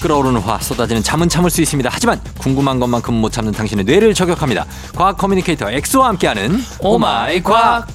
끓어오르는 화 쏟아지는 잠은 참을 수 있습니다. 하지만 궁금한 것만큼 못 참는 당신의 뇌를 저격합니다. 과학 커뮤니케이터 엑소와 함께하는 오마이 과학.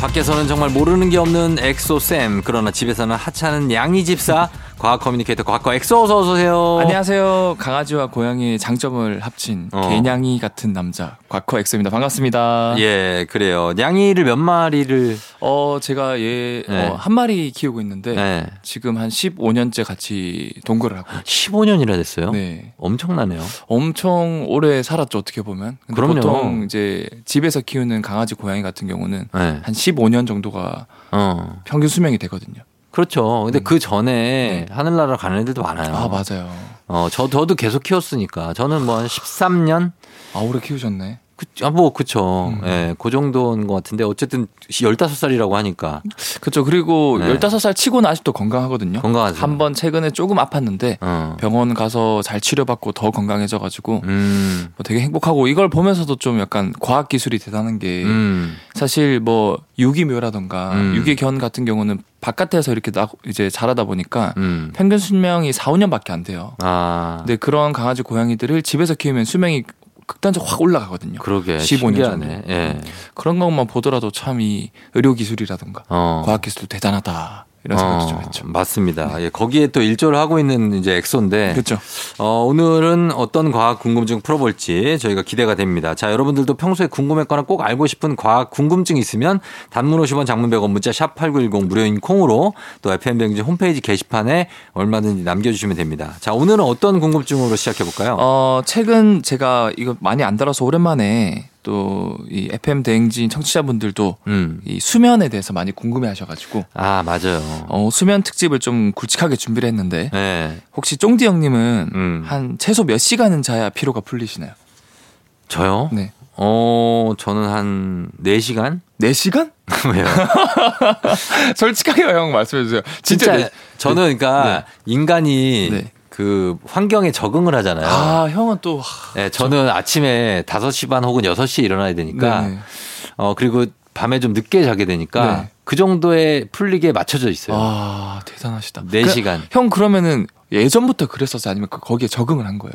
밖에서는 정말 모르는 게 없는 엑소쌤 그러나 집에서는 하찮은 양이 집사 과학 커뮤니케이터 과학과 엑소 어서 오세요. 안녕하세요. 강아지와 고양이의 장점을 합친 어. 개냥이 같은 남자 과커 엑소입니다. 반갑습니다. 예, 그래요. 양이를 몇 마리를 어 제가 얘 네. 어, 한 마리 키우고 있는데 네. 지금 한 15년째 같이 동거를 하고. 있어요. 15년이라 됐어요. 네. 엄청나네요. 엄청 오래 살았죠 어떻게 보면. 근데 그럼요. 보통 이제 집에서 키우는 강아지 고양이 같은 경우는 네. 한 15년 정도가 어. 평균 수명이 되거든요. 그렇죠. 근데 음. 네. 그 전에 하늘나라 가는 애들도 많아요. 아 맞아요. 어, 저, 저도 계속 키웠으니까. 저는 뭐 한 13년? 아 오래 키우셨네. 그, 아, 뭐, 그쵸. 음. 예, 그 정도인 것 같은데. 어쨌든 15살이라고 하니까. 그렇죠. 그리고 네. 15살 치고는 아직도 건강하거든요. 건강하세요. 한 번 최근에 조금 아팠는데 어. 병원 가서 잘 치료받고 더 건강해져가지고 음. 뭐 되게 행복하고 이걸 보면서도 좀 약간 과학 기술이 대단한 게 음. 사실 뭐 유기묘라던가 음. 유기견 같은 경우는 바깥에서 이렇게 나, 이제 자라다 보니까 음. 평균 수명이 4, 5년밖에 안 돼요. 아. 근데 그런 강아지 고양이들을 집에서 키우면 수명이 극단적으로 확 올라가거든요. 그러게. 15년 신기하네. 전에. 예. 그런 것만 보더라도 참 이 의료 기술이라던가 어. 과학 기술도 대단하다 이런 생각도 좀 했죠. 맞습니다. 예, 거기에 또 일조를 하고 있는 이제 엑소인데 그렇죠. 어, 오늘은 어떤 과학 궁금증 풀어볼지 저희가 기대가 됩니다. 자, 여러분들도 평소에 궁금했거나 꼭 알고 싶은 과학 궁금증 있으면 단문 50원 장문 100원 문자 샵 8910 무료인 콩으로 또 FM뱅진 홈페이지 게시판에 얼마든지 남겨주시면 됩니다. 자, 오늘은 어떤 궁금증으로 시작해볼까요? 어, 최근 제가 이거 많이 안 달아서 오랜만에 또 이 FM 대행진 청취자분들도 음. 이 수면에 대해서 많이 궁금해 하셔가지고 아, 맞아요. 어, 수면 특집을 좀 굵직하게 준비를 했는데 네. 혹시 쫑디 형님은 음. 한 최소 몇 시간은 자야 피로가 풀리시나요? 저요? 네. 어, 저는 한 4시간? 4시간? 왜요? 솔직하게 형 말씀해 주세요. 진짜, 네- 저는 그러니까 인간이 네. 그 환경에 적응을 하잖아요. 아, 형은 또 네, 저는 아침에 5시 반 혹은 6시에 일어나야 되니까 네네. 어 그리고 밤에 좀 늦게 자게 되니까 네. 그 정도의 풀리기에 맞춰져 있어요. 아, 대단하시다. 네 그- 시간. 형 그러면은 예전부터 그랬었어요? 아니면 그- 거기에 적응을 한 거예요?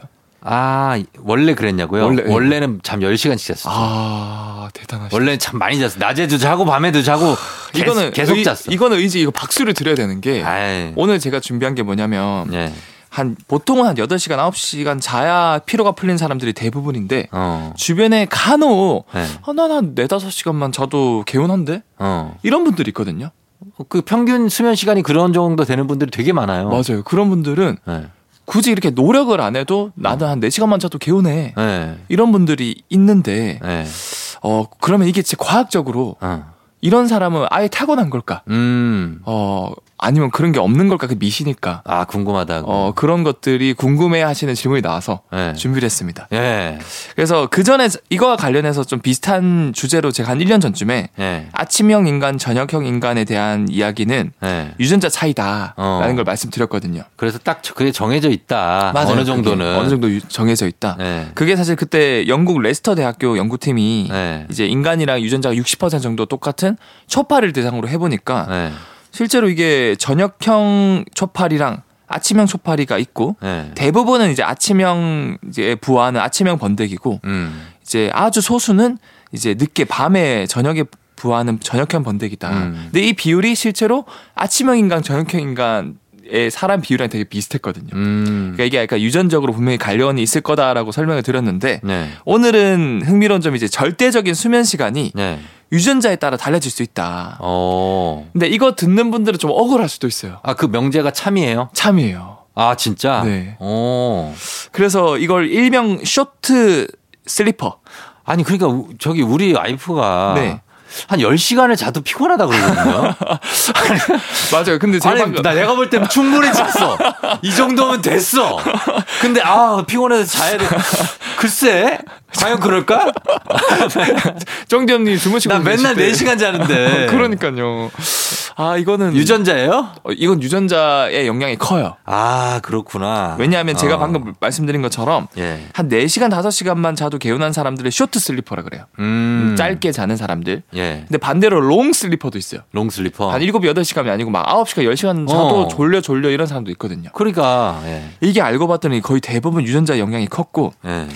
아, 원래 그랬냐고요? 원래, 예. 원래, 는잠 10시간씩 잤어. 요 아, 대단하시다. 원래는 참 많이 잤어. 낮에도 자고 밤에도 자고 계속- 아, 이거는 계속 의- 잤어. 이거는 의지 이거 박수를 드려야 되는 게 아이, 오늘 제가 준비한 게 뭐냐면 예. 한 보통은 한 8시간 9시간 자야 피로가 풀린 사람들이 대부분인데 어. 주변에 간혹 아, 예. 하나한 4, 5시간만 자도 개운한데 어. 이런 분들이 있거든요. 그 평균 수면 시간이 그런 정도 되는 분들이 되게 많아요. 맞아요. 그런 분들은 예. 굳이 이렇게 노력을 안 해도 나는 한 4시간만 자도 개운해. 예. 이런 분들이 있는데 예. 어 그러면 이게 진짜 과학적으로 어. 이런 사람은 아예 타고난 걸까? 음. 어 아니면 그런 게 없는 걸까? 그 미시니까. 아, 궁금하다. 어, 그런 것들이 궁금해 하시는 질문이 나와서 예. 준비를 했습니다. 예. 그래서 그 전에 이거와 관련해서 좀 비슷한 주제로 제가 한 1년 전쯤에 예. 아침형 인간, 저녁형 인간에 대한 이야기는 예. 유전자 차이다라는 어. 걸 말씀드렸거든요. 그래서 딱 저- 그게 정해져 있다. 맞아요. 어느 그게 정도는. 어느 정도 유- 정해져 있다. 예. 그게 사실 그때 영국 레스터 대학교 연구팀이 예. 이제 인간이랑 유전자가 60% 정도 똑같은 초파를 대상으로 해보니까 예. 실제로 이게 저녁형 초파리랑 아침형 초파리가 있고 예. 대부분은 이제 아침형 이제 부화는 아침형 번데기고 음. 이제 아주 소수는 이제 늦게 밤에 저녁에 부화는 저녁형 번데기다. 음. 근데 이 비율이 실제로 아침형 인간, 저녁형 인간의 사람 비율이랑 되게 비슷했거든요. 음. 그러니까 이게 약간 유전적으로 분명히 관련이 있을 거다라고 설명을 드렸는데 네. 오늘은 흥미로운 점이 이제 절대적인 수면 시간이 네. 유전자에 따라 달라질 수 있다. 어. 근데 이거 듣는 분들은 좀 억울할 수도 있어요. 아, 그 명제가 참이에요? 참이에요. 아, 진짜? 네. 어. 그래서 이걸 일명 쇼트 슬리퍼 아니, 그러니까 우- 저기 우리 와이프가 네. 한 10시간을 자도 피곤하다 그러거든요. 맞아요. 근데 제가 아니, 방금- 나 내가 볼 땐 충분히 잤어. 이 정도면 됐어. 근데 아, 피곤해서 자야 돼. 글쎄. 과연 그럴까? 정재현님 주무시고 나 맨날 계실 때. 4시간 자는데. 그러니까요. 아 음. 이거는 유전자예요? 어, 이건 유전자의 영향이 커요. 아, 그렇구나. 왜냐하면 제가 어. 방금 말씀드린 것처럼 예. 한 4시간 5시간만 자도 개운한 사람들을 쇼트 슬리퍼라 그래요. 음. 짧게 자는 사람들. 예. 근데 반대로 롱 슬리퍼도 있어요. 롱슬리퍼. 한 7, 8시간이 아니고 막 9시간, 10시간 자도 어. 졸려 졸려 이런 사람도 있거든요. 그러니까, 예. 이게 알고 봤더니 거의 대부분 유전자 영향이 컸고 예.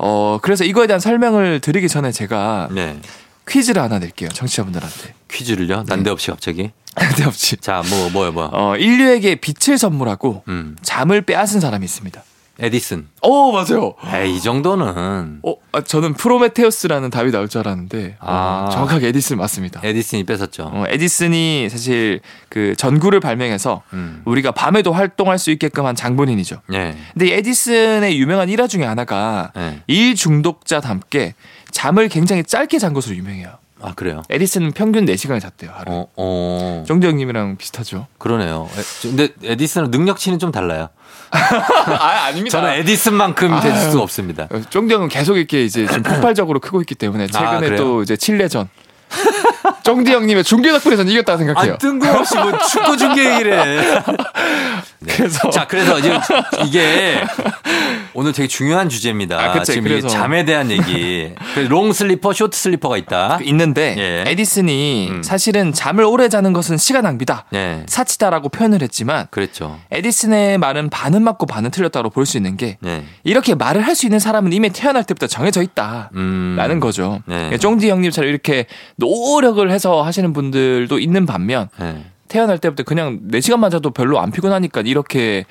어 그래서 이거에 대한 설명을 드리기 전에 제가 네. 퀴즈를 하나 낼게요. 정치자분들한테. 퀴즈를요? 난데없이 갑자기. 근데 없이. 자, 뭐, 뭐요, 뭐요. 어 인류에게 빛을 선물하고 음. 잠을 빼앗은 사람이 있습니다. 에디슨. 어 맞아요. 에이, 이 정도는. 어 아, 저는 프로메테우스라는 답이 나올 줄 알았는데 어, 아. 정확하게 에디슨 맞습니다. 에디슨이 뺏었죠. 어, 에디슨이 사실 그 전구를 발명해서 음. 우리가 밤에도 활동할 수 있게끔 한 장본인이죠. 예. 근데 이 에디슨의 유명한 일화 중에 하나가 예. 일 중독자답게 잠을 굉장히 짧게 잔 것으로 유명해요. 아, 그래요? 에디슨은 평균 4시간을 잤대요, 하루. 어, 어. 정재영님이랑 비슷하죠? 그러네요. 에, 저- 근데 에디슨은 능력치는 좀 달라요. 아, 아닙니다. 저는 에디슨만큼 될 수 없습니다. 정재영은 어, 계속 이렇게 이제 좀 폭발적으로 크고 있기 때문에 최근에 아, 그래요? 또 이제 칠레전. 정재영님의 중계 덕분에 전 이겼다 고 생각해요. 아, 뜬금없이 뭐 축구 중계 이래. 그래서 자, 네. 그래서 이제 이게 오늘 되게 중요한 주제입니다. 아, 그치. 지금 그래서. 이게 잠에 대한 얘기. 그롱 슬리퍼, 쇼트 슬리퍼가 있다. 있는데 예. 에디슨이 음. 사실은 잠을 오래 자는 것은 시간 낭비다. 예. 사치다라고 표현을 했지만 그랬죠. 에디슨의 말은 반은 맞고 반은 틀렸다고 볼 수 있는 게 예. 이렇게 말을 할 수 있는 사람은 이미 태어날 때부터 정해져 있다. 음. 라는 거죠. 그러니까 네. 쫑디 형님처럼 이렇게 노력을 해서 하시는 분들도 있는 반면 예. 태어날 때부터 그냥 4시간만 자도 별로 안 피곤하니까 이렇게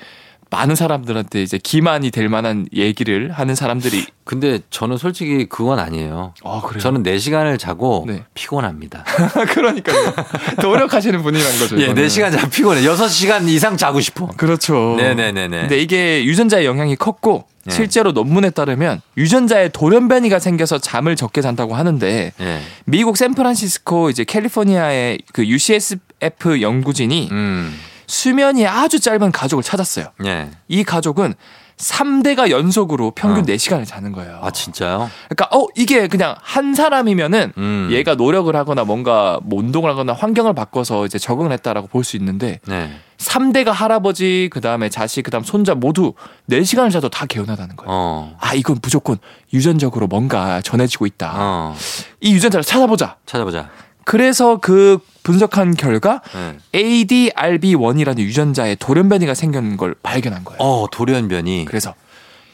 많은 사람들한테 이제 기만이 될 만한 얘기를 하는 사람들이 근데 저는 솔직히 그건 아니에요. 아, 그래요? 저는 4시간을 자고 네. 피곤합니다. 그러니까요. 노력하시는 분이란 거죠. 예, 이거는. 4시간 자면 피곤해. 6시간 이상 자고 싶어. 그렇죠. 네네네네. 근데 이게 유전자의 영향이 컸고 네. 실제로 논문에 따르면 유전자에 돌연변이가 생겨서 잠을 적게 잔다고 하는데 예. 미국 샌프란시스코 이제 캘리포니아의 그 UCSF 연구진이 음. 수면이 아주 짧은 가족을 찾았어요. 예. 이 가족은 3대가 연속으로 평균 어. 4시간을 자는 거예요. 아, 진짜요? 그러니까 어 이게 그냥 한 사람이면은 음. 얘가 노력을 하거나 뭔가 뭐 운동을 하거나 환경을 바꿔서 이제 적응을 했다라고 볼 수 있는데 네. 3대가 할아버지, 그다음에 자식, 그다음 손자 모두 4시간을 자도 다 개운하다는 거예요. 어. 아, 이건 무조건 유전적으로 뭔가 전해지고 있다. 어. 이 유전자를 찾아보자. 찾아보자. 그래서 그 분석한 결과 예. ADRB1이라는 유전자에 돌연변이가 생긴 걸 발견한 거예요. 어, 돌연변이. 그래서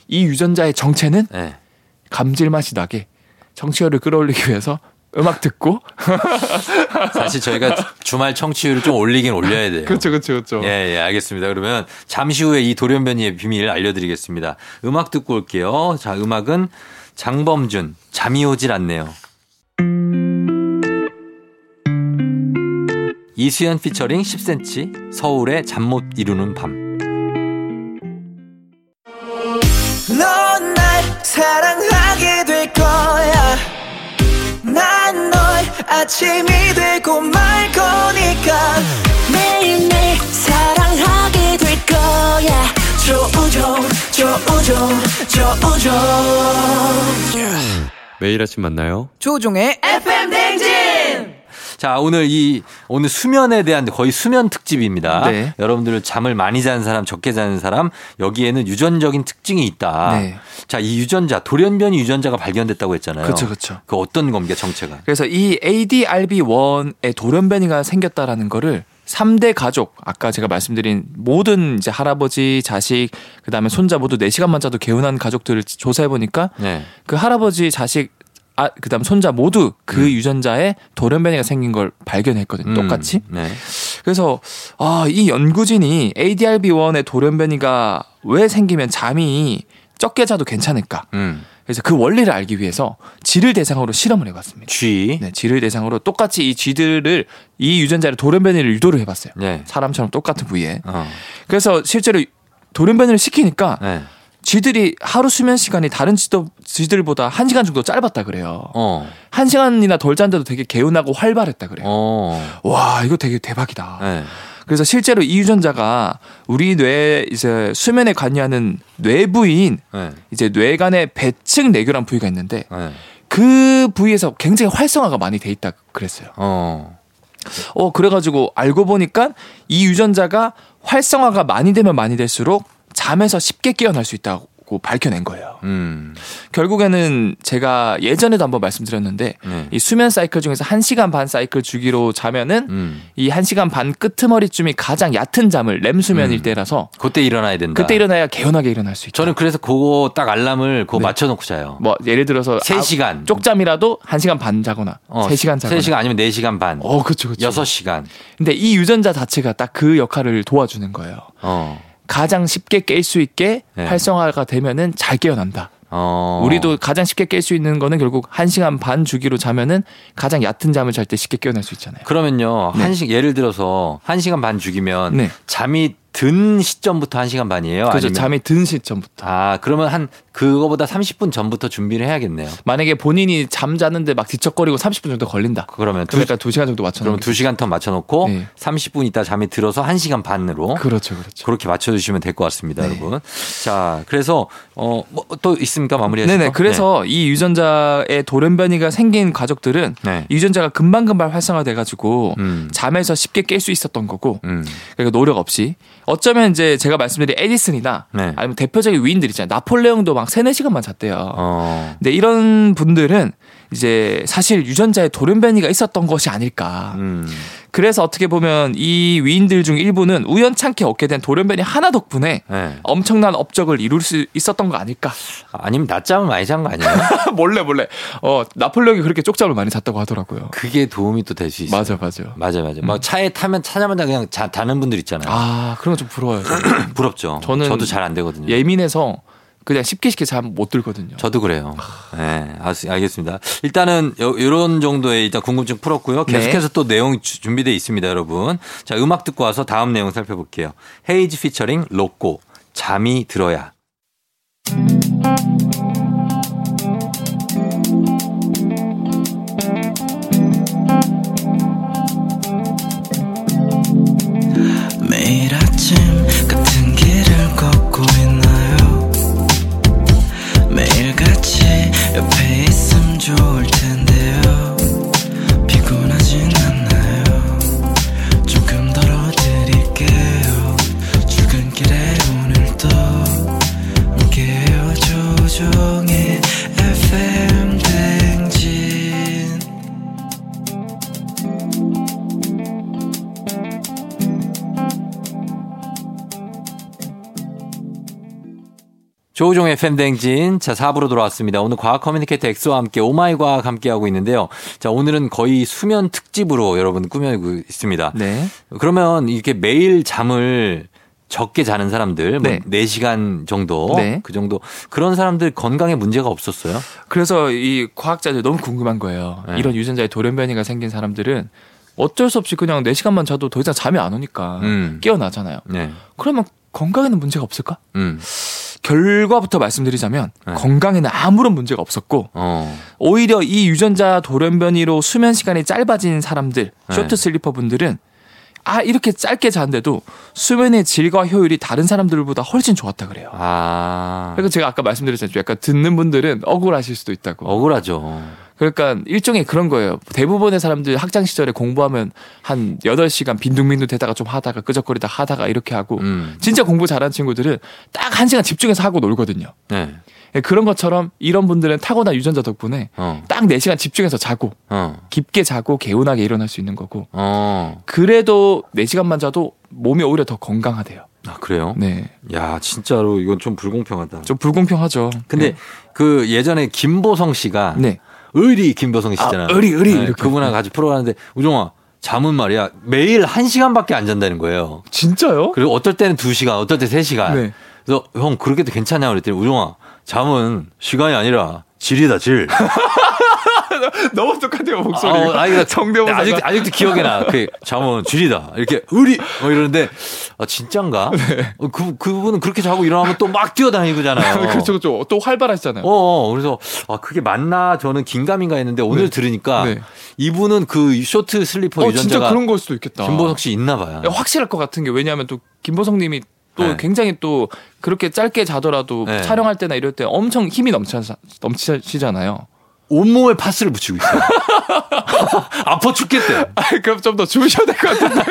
이 유전자의 정체는 예. 감질맛이 나게 정치열을 끌어올리기 위해서 음악 듣고 사실 저희가 주말 청취율을 좀 올리긴 올려야 돼요. 그렇죠 그렇죠 그렇죠 예, 예, 알겠습니다. 그러면 잠시 후에 이 돌연변이의 비밀 알려드리겠습니다. 음악 듣고 올게요. 자, 음악은 장범준, 잠이 오질 않네요. 이수연 피처링 10cm, 서울의 잠 못 이루는 밤. 넌 날 사랑하게 될 거야. 난 널 아침이 되고 말 거니까. 매일매일 사랑하게 될 거야 조우종, 조우종, 조우종. 매일 아침 만나요. 조우종의 FM 댕진! 자, 오늘 이, 오늘 수면에 대한 거의 수면 특집입니다. 네. 여러분들 잠을 많이 자는 사람, 적게 자는 사람, 여기에는 유전적인 특징이 있다. 네. 자, 이 유전자, 돌연변이 유전자가 발견됐다고 했잖아요. 그쵸, 그쵸. 그 어떤 겁니까, 정체가? 그래서 이 ADRB1의 돌연변이가 생겼다라는 거를 3대 가족, 아까 제가 말씀드린 모든 이제 할아버지, 자식, 그 다음에 손자 모두 4시간만 자도 개운한 가족들을 조사해보니까 네. 그 할아버지, 자식, 아, 그 다음 손자 모두 그 유전자에 돌연변이가 생긴 걸 발견했거든요. 음, 똑같이. 네. 그래서, 아, 이 연구진이 ADRB1의 돌연변이가 왜 생기면 잠이 적게 자도 괜찮을까. 음. 그래서 그 원리를 알기 위해서 쥐를 대상으로 실험을 해봤습니다. 쥐. 네, 쥐를 대상으로 똑같이 이 쥐들을 이 유전자를 돌연변이를 유도를 해봤어요. 네. 사람처럼 똑같은 부위에. 어. 그래서 실제로 돌연변이를 시키니까 네. 쥐들이 하루 수면 시간이 다른 쥐도, 쥐들보다 한 시간 정도 짧았다 그래요. 어. 한 시간이나 덜 잔데도 되게 개운하고 활발했다 그래요. 어. 와 이거 되게 대박이다. 네. 그래서 실제로 이 유전자가 우리 뇌 이제 수면에 관여하는 뇌부인 네. 이제 뇌간의 배측 내교란 부위가 있는데 네. 그 부위에서 굉장히 활성화가 많이 돼 있다 그랬어요. 어. 어 그래가지고 알고 보니까 이 유전자가 활성화가 많이 되면 많이 될수록 잠에서 쉽게 깨어날 수 있다고 밝혀낸 거예요. 음. 결국에는 제가 예전에도 한번 말씀드렸는데 네. 이 수면 사이클 중에서 1시간 반 사이클 주기로 자면은 음. 이 1시간 반 끄트머리쯤이 가장 얕은 잠을 램 수면일 음. 때라서 그때 일어나야 된다. 그때 일어나야 개운하게 일어날 수 있죠. 저는 그래서 그거 딱 알람을 그거 맞춰놓고 자요. 뭐 예를 들어서 세 시간. 쪽잠이라도 1시간 반 자거나 어, 3시간 자거나 3시간 아니면 4시간 반. 어, 그렇죠. 그렇죠. 여섯 시간 근데 이 유전자 자체가 딱 그 역할을 도와주는 거예요. 어. 가장 쉽게 깰 수 있게 네. 활성화가 되면은 잘 깨어난다. 어. 우리도 가장 쉽게 깰 수 있는 거는 결국 1시간 반 주기로 자면은 가장 얕은 잠을 잘 때 쉽게 깨어날 수 있잖아요. 그러면요. 네. 한시 예를 들어서 한시간반 죽이면 네. 잠이 든 시점부터 한시간 반이에요. 그죠 아니면- 잠이 든 시점부터. 아, 그러면 한 그거보다 30분 전부터 준비를 해야겠네요. 만약에 본인이 잠 자는데 막 뒤척거리고 30분 정도 걸린다. 그러면 두, 그러니까 2시간 정도 맞춰 그러면 놓으면 두 시간 더 맞춰놓고 네. 30분 있다 잠이 들어서 한시간 반으로 그렇죠. 그렇죠. 그렇게 맞춰주시면 될 것 같습니다, 네. 여러분. 자, 그래서 어 뭐 또 있습니까 마무리해서? 네네. 그래서 이 유전자의 돌연변이가 생긴 가족들은 네. 이 유전자가 금방금방 활성화돼 가지고 음. 잠에서 쉽게 깰 수 있었던 거고 음. 그러니까 노력 없이 어쩌면 이제 제가 말씀드린 에디슨이나 네. 아니면 대표적인 위인들 있잖아요. 나폴레옹도 막 세네 시간만 잤대요. 어. 근데 이런 분들은 이제 사실 유전자에 돌연변이가 있었던 것이 아닐까. 음. 그래서 어떻게 보면 이 위인들 중 일부는 우연찮게 얻게 된 돌연변이 하나 덕분에 네. 엄청난 업적을 이룰 수 있었던 거 아닐까. 아니면 낮잠을 많이 잔 거 아니에요? 몰래 몰래. 어 나폴레옹이 그렇게 쪽잠을 많이 잤다고 하더라고요. 그게 도움이 또 될 수 있어요. 맞아 맞아. 맞아 맞아. 막 차에 타면 차자마자 그냥 자, 자는 분들 있잖아요. 아 그런 거 좀 부러워요. 음. 저는. 부럽죠. 저는 저도 잘 안 되거든요. 예민해서 그냥 쉽게 쉽게 잠 못 들거든요. 저도 그래요. 네, 알- 알겠습니다. 일단은 요, 요런 정도의 일단 궁금증 풀었고요. 계속해서 또 내용 주- 준비돼 있습니다, 여러분. 자, 음악 듣고 와서 다음 내용 살펴볼게요. 헤이즈 피처링 로꼬 잠이 들어야. 매일 아침 같은 길을 걷고 있나요 매일 같이 옆에 있음 좋을 텐데요 피곤하진 않나요 조금 덜어드릴게요 출근길에 오늘도 함께해요 조종의 FM 댕진 조우종의 팬댕진 자 4부로 돌아왔습니다. 오늘 과학 커뮤니케이터 엑소와 함께 오마이 과학 함께 하고 있는데요. 자 오늘은 거의 수면 특집으로 여러분 꾸며고 있습니다. 네. 그러면 이렇게 매일 잠을 적게 자는 사람들 네. 뭐 4시간 정도 네. 그 정도 그런 사람들 건강에 문제가 없었어요? 그래서 이 과학자들 너무 궁금한 거예요. 네. 이런 유전자에 돌연변이가 생긴 사람들은 어쩔 수 없이 그냥 4시간만 자도 더 이상 잠이 안 오니까 음. 깨어나잖아요. 네. 그러면 건강에는 문제가 없을까? 음. 결과부터 말씀드리자면 네. 건강에는 아무런 문제가 없었고 어. 오히려 이 유전자 돌연변이로 수면 시간이 짧아진 사람들, 네. 쇼트 슬리퍼 분들은 아 이렇게 짧게 자는데도 수면의 질과 효율이 다른 사람들보다 훨씬 좋았다 그래요. 아. 그러니까 제가 아까 말씀드렸잖아요. 약간 듣는 분들은 억울하실 수도 있다고. 어. 억울하죠. 그러니까 일종의 그런 거예요. 대부분의 사람들 학창 시절에 공부하면 한 8시간 빈둥빈둥 대다가 좀 하다가 끄적거리다 하다가 이렇게 하고 음. 진짜 공부 잘하는 친구들은 딱 1시간 집중해서 하고 놀거든요. 네. 예, 그런 것처럼 이런 분들은 타고난 유전자 덕분에 어. 딱 4시간 집중해서 자고 어. 깊게 자고 개운하게 일어날 수 있는 거고 어. 그래도 4시간만 자도 몸이 오히려 더 건강하대요. 아, 그래요? 네. 야, 진짜로 이건 좀 불공평하다. 좀 불공평하죠. 근데 네. 그 예전에 김보성 씨가 네. 의리 김보성 씨잖아요. 네, 아, 의리, 의리 이렇게. 그분하고 같이 프로하는데 우종아 잠은 말이야 매일 한 시간밖에 안 잔다는 거예요. 진짜요? 그리고 어떨 때는 두 시간, 어떨 때 세 시간. 네. 그래서 형 그렇게도 괜찮냐 그랬더니 우종아 잠은 시간이 아니라 질이다 질. 맞아. 너무 똑같아요 그러니까 목소리. 아, 아니, 나 성대모사가. 아직도, 아직도 기억이 나. 그 잠은 줄이다. 이렇게 의리 뭐 이러는데 아 진짠가? 네. 어, 그 그분은 그렇게 자고 일어나면 또 막 뛰어다니고잖아요. 그렇죠, 그렇죠. 또 활발하시잖아요. 어, 어, 그래서 아 그게 맞나 저는 긴가민가 했는데 오늘 네. 들으니까 네. 이분은 그 쇼트 슬리퍼 어, 진짜 유전자가 그런 어. 걸 수도 있겠다. 김보석 씨 있나 봐요. 야, 확실할 것 같은 게 왜냐하면 또 김보성님이 또 네. 굉장히 또 그렇게 짧게 자더라도 네. 촬영할 때나 이럴 때 엄청 힘이 넘쳐 넘치시잖아요. 온몸에 파스를 붙이고 있어요. 아파 죽겠대. 그럼 좀 더 주무셔야 될 것 같은데.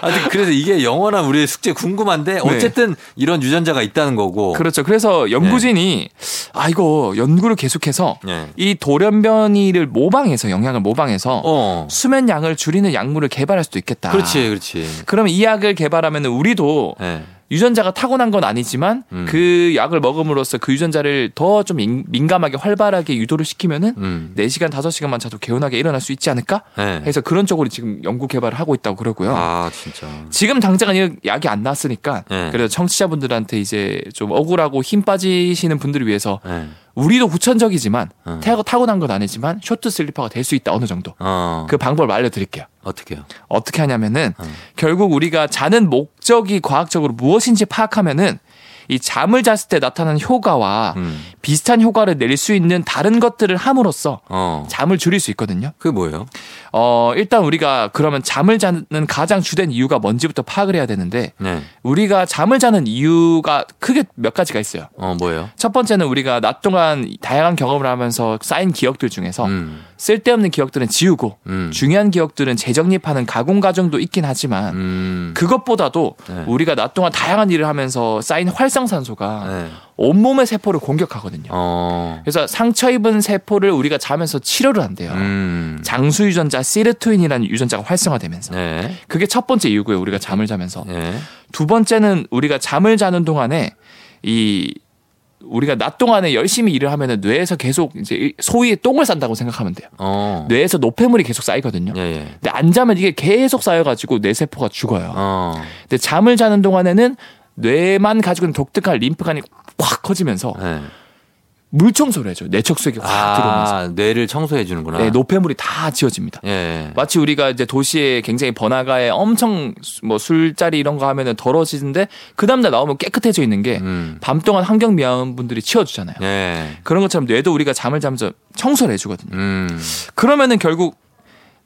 아직 그래서 이게 영원한 우리의 숙제 궁금한데 어쨌든 이런 유전자가 있다는 거고. 네. 그렇죠. 그래서 연구진이 아 이거 연구를 계속해서 네. 이 돌연변이를 모방해서 영양을 모방해서 어. 수면 양을 줄이는 약물을 개발할 수도 있겠다. 그렇지, 그렇지. 그럼 이 약을 개발하면 우리도 예. 유전자가 타고난 건 아니지만 음. 그 약을 먹음으로써 그 유전자를 더 좀 민감하게 활발하게 유도를 시키면은 음. 4시간, 5시간만 자도 개운하게 일어날 수 있지 않을까? 예. 해서 그런 쪽으로 지금 연구 개발을 하고 있다고 그러고요. 아, 진짜. 지금 당장은 이 약이 안 나왔으니까 네. 그래도 청취자분들한테 이제 좀 억울하고 힘 빠지시는 분들을 위해서 예. 우리도 후천적이지만 음. 태고 타고난 건 아니지만 쇼트 슬리퍼가 될 수 있다 어느 정도 어. 그 방법을 알려드릴게요. 어떻게요? 어떻게 하냐면은 음. 결국 우리가 자는 목적이 과학적으로 무엇인지 파악하면은 이 잠을 잤을 때 나타나는 효과와 음. 비슷한 효과를 낼 수 있는 다른 것들을 함으로써 어. 잠을 줄일 수 있거든요. 그게 뭐예요? 어, 일단 우리가 그러면 잠을 자는 가장 주된 이유가 뭔지부터 파악을 해야 되는데 네. 우리가 잠을 자는 이유가 크게 몇 가지가 있어요. 어, 뭐예요? 첫 번째는 우리가 낮 동안 다양한 경험을 하면서 쌓인 기억들 중에서 음. 쓸데없는 기억들은 지우고 음. 중요한 기억들은 재정립하는 가공 과정도 있긴 하지만 음. 그것보다도 네. 우리가 낮 동안 다양한 일을 하면서 쌓인 활성산소가 네. 온몸의 세포를 공격하거든요. 어. 그래서 상처 입은 세포를 우리가 자면서 치료를 한대요. 음. 장수 유전자 시르토인이라는 유전자가 활성화되면서 네. 그게 첫 번째 이유고요. 우리가 잠을 자면서 네. 두 번째는 우리가 잠을 자는 동안에 이 우리가 낮 동안에 열심히 일을 하면은 뇌에서 계속 이제 소위의 똥을 싼다고 생각하면 돼요. 어. 뇌에서 노폐물이 계속 쌓이거든요. 예, 예. 근데 안 자면 이게 계속 쌓여가지고 뇌 세포가 죽어요. 어. 근데 잠을 자는 동안에는 뇌만 가지고 있는 독특한 림프관이 확 커지면서 네. 물 청소를 해줘요. 뇌척수액이 확 들어오면서 아, 뇌를 청소해 주는구나. 네, 노폐물이 다 지워집니다. 예, 예. 마치 우리가 이제 도시에 굉장히 번화가에 엄청 수- 뭐 술자리 이런 거 하면은 더러워지는데 그 다음날 나오면 깨끗해져 있는 게 음. 밤 동안 환경 미화원분들이 치워주잖아요. 예. 그런 것처럼 뇌도 우리가 잠을 자면서 청소를 해주거든요. 음. 그러면은 결국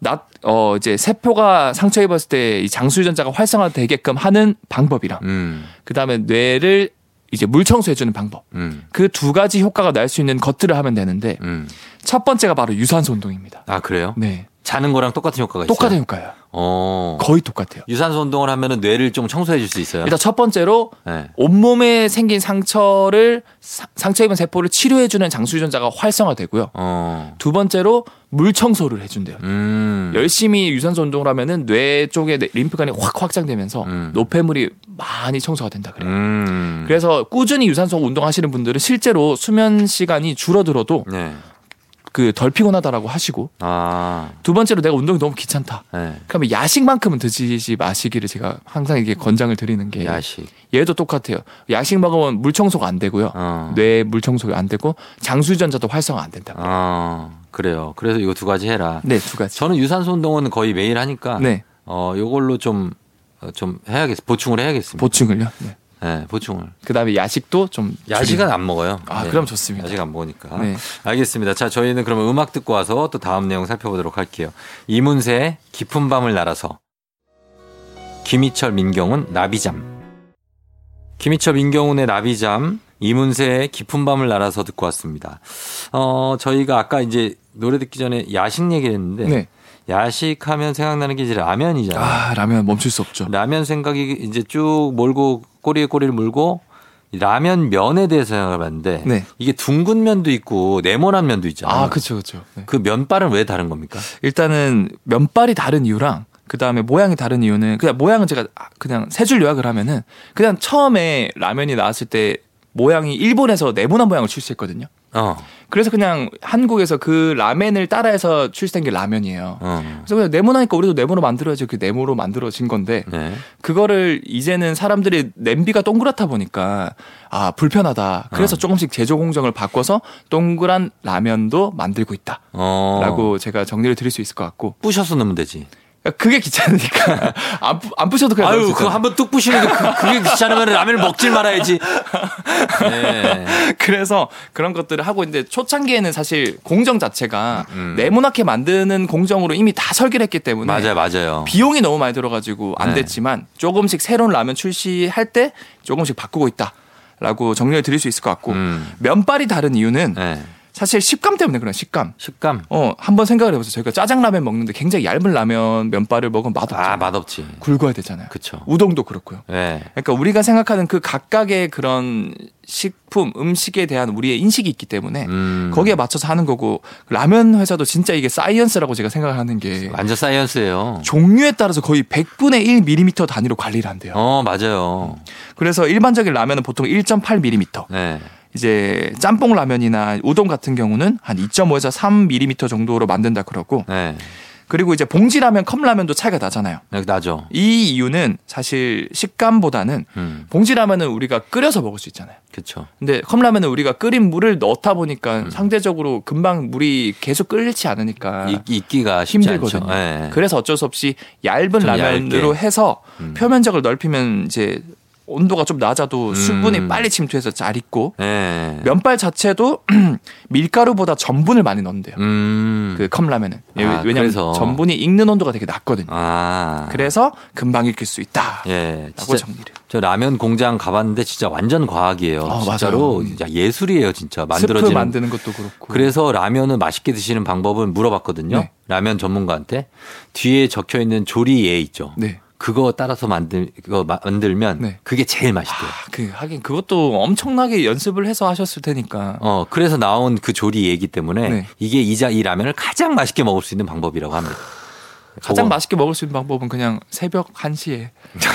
낮, 어, 이제 세포가 상처 입었을 때 이 장수유전자가 활성화되게끔 하는 방법이랑 음. 그 다음에 뇌를 이제 물 청소해주는 방법. 음. 그 두 가지 효과가 날 수 있는 것들을 하면 되는데 음. 첫 번째가 바로 유산소 운동입니다. 아, 그래요? 네. 자는 거랑 똑같은 효과가 있어요. 똑같은 효과예요. 네, 어. 거의 똑같아요. 유산소 운동을 하면은 뇌를 좀 청소해 줄 수 있어요. 일단 첫 번째로 네. 온몸에 생긴 상처를 사- 상처 입은 세포를 치료해주는 장수유전자가 활성화되고요. 어. 두 번째로 물 청소를 해준대요. 음. 열심히 유산소 운동을 하면은 뇌 쪽에 내- 림프관이 확 확장되면서 음. 노폐물이 많이 청소가 된다 그래요. 음. 그래서 꾸준히 유산소 운동하시는 분들은 실제로 수면 시간이 줄어들어도 네. 그 덜 피곤하다라고 하시고 아. 두 번째로 내가 운동이 너무 귀찮다. 네. 그러면 야식만큼은 드시지 마시기를 제가 항상 이게 권장을 드리는 게 야식. 얘도 똑같아요. 야식 먹으면 물 청소가 안 되고요. 어. 뇌 물 청소가 안 되고 장수전자도 활성화 안 된다. 고 어. 그래요. 그래서 이거 두 가지 해라. 네, 두 가지. 저는 유산소 운동은 거의 매일 하니까 네. 어, 요걸로 좀 어, 좀 해야겠, 보충을 해야겠습니다. 보충을요. 네. 네, 보충을. 그다음에 야식도 좀 야식은 안 먹어요. 아, 네. 그럼 좋습니다. 야식 안 먹으니까. 네. 알겠습니다. 자, 저희는 그러면 음악 듣고 와서 또 다음 내용 살펴보도록 할게요. 이문세의 깊은 밤을 날아서. 김희철, 민경훈, 나비잠. 김희철, 민경훈의 나비잠. 이문세의 깊은 밤을 날아서 듣고 왔습니다. 어, 저희가 아까 이제 노래 듣기 전에 야식 얘기했는데. 네. 야식하면 생각나는 게 이제 라면이잖아요. 아, 라면 멈출 수 없죠. 라면 생각이 이제 쭉 몰고 꼬리에 꼬리를 물고 이 라면 면에 대해서 생각을 봤는데 네. 이게 둥근 면도 있고 네모난 면도 있잖아요. 아, 그렇죠. 그렇죠. 네. 그 면발은 왜 다른 겁니까? 일단은 면발이 다른 이유랑 그다음에 모양이 다른 이유는 그냥 모양은 제가 아, 그냥 세 줄 요약을 하면은 그냥 처음에 라면이 나왔을 때 모양이 일본에서 네모난 모양을 출시했거든요. 어. 그래서 그냥 한국에서 그 라멘을 따라해서 출시된 게 라면이에요. 어. 그래서 그냥 네모나니까 우리도 네모로 만들어야지 그 네모로 만들어진 건데 네. 그거를 이제는 사람들이 냄비가 동그랗다 보니까 아 불편하다. 어. 그래서 조금씩 제조 공정을 바꿔서 동그란 라면도 만들고 있다라고 어. 제가 정리를 드릴 수 있을 것 같고 그러니까 부셔서 넣으면 되지. 그게 귀찮으니까 안, 부- 안 부셔도 그냥 아유, 넣을 수 그거 있잖아. 한번 뚝 부시는데 그, 그게 귀찮으면 라면을 먹질 말아야지. 네. 그래서 그런 것들을 하고 있는데 초창기에는 사실 공정 자체가 음. 네모나게 만드는 공정으로 이미 다 설계를 했기 때문에 맞아요, 맞아요. 비용이 너무 많이 들어가지고 안 네. 됐지만 조금씩 새로운 라면 출시할 때 조금씩 바꾸고 있다라고 정리를 드릴 수 있을 것 같고 음. 면발이 다른 이유는 네. 사실 식감 때문에 그래요 식감 식감. 어 한번 생각을 해보세요 저희가 짜장라면 먹는데 굉장히 얇은 라면 면발을 먹으면 맛없죠 아, 맛없지. 굵어야 되잖아요 그쵸. 우동도 그렇고요 네. 그러니까 우리가 생각하는 그 각각의 그런 식품 음식에 대한 우리의 인식이 있기 때문에 음. 거기에 맞춰서 하는 거고 라면 회사도 진짜 이게 사이언스라고 제가 생각하는 게 완전 사이언스예요. 종류에 따라서 거의 100분의 1mm 단위로 관리를 한대요. 어, 맞아요. 그래서 일반적인 라면은 보통 1.8mm. 네. 이제 짬뽕 라면이나 우동 같은 경우는 한 2.5에서 3mm 정도로 만든다 그러고 네. 그리고 이제 봉지 라면, 컵 라면도 차이가 나잖아요. 네, 나죠. 이 이유는 사실 식감보다는 음. 봉지 라면은 우리가 끓여서 먹을 수 있잖아요. 그쵸. 근데 컵라면은 우리가 끓인 물을 넣다 보니까 상대적으로 금방 물이 계속 끓지 않으니까 이, 익기가 쉽지 아. 힘들거든요. 않죠. 네. 그래서 어쩔 수 없이 그렇죠. 예. 얇은 좀 라면으로 얇게. 해서 음. 표면적을 넓히면 이제 온도가 좀 낮아도 음. 수분이 빨리 침투해서 잘 익고 네. 면발 자체도 밀가루보다 전분을 많이 넣는데요. 음. 그 컵라면은 예, 아, 왜냐면 그래서. 전분이 익는 온도가 되게 낮거든요. 아. 그래서 금방 익힐 수 있다라고 예. 진짜 정리를. 저 라면 공장 가봤는데 진짜 완전 과학이에요. 아, 진짜로 맞아요. 진짜 예술이에요, 진짜 스프 만들어지는. 만드는 것도 그렇고. 그래서 라면을 맛있게 드시는 방법을 물어봤거든요. 네. 라면 전문가한테 뒤에 적혀 있는 조리 예 있죠. 네. 그거 따라서 만들 그거 마- 만들면 네. 그게 제일 맛있대요. 아, 그 하긴 그것도 엄청나게 연습을 해서 하셨을 테니까. 어 그래서 나온 그 조리 예기 때문에 네. 이게 이자 이 라면을 가장 맛있게 먹을 수 있는 방법이라고 합니다. 어. 가장 그거- 맛있게 먹을 수 있는 방법은 그냥 새벽 1시에.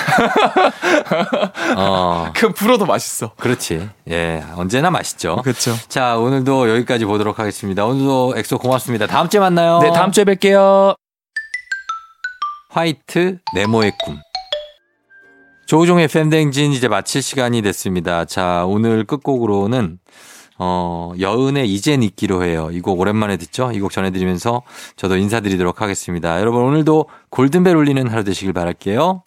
어 그 불어도 맛있어. 그렇지 예 언제나 맛있죠. 그렇죠. 자 오늘도 여기까지 보도록 하겠습니다. 오늘도 엑소 고맙습니다. 다음 주에 만나요. 네, 다음 주에 뵐게요. 화이트 네모의 꿈. 조우종의 팬댕진 이제 마칠 시간이 됐습니다. 자, 오늘 끝곡으로는 어, 여은의 이젠 있기로 해요. 이 곡 오랜만에 듣죠? 이 곡 전해드리면서 저도 인사드리도록 하겠습니다. 여러분 오늘도 골든벨 울리는 하루 되시길 바랄게요.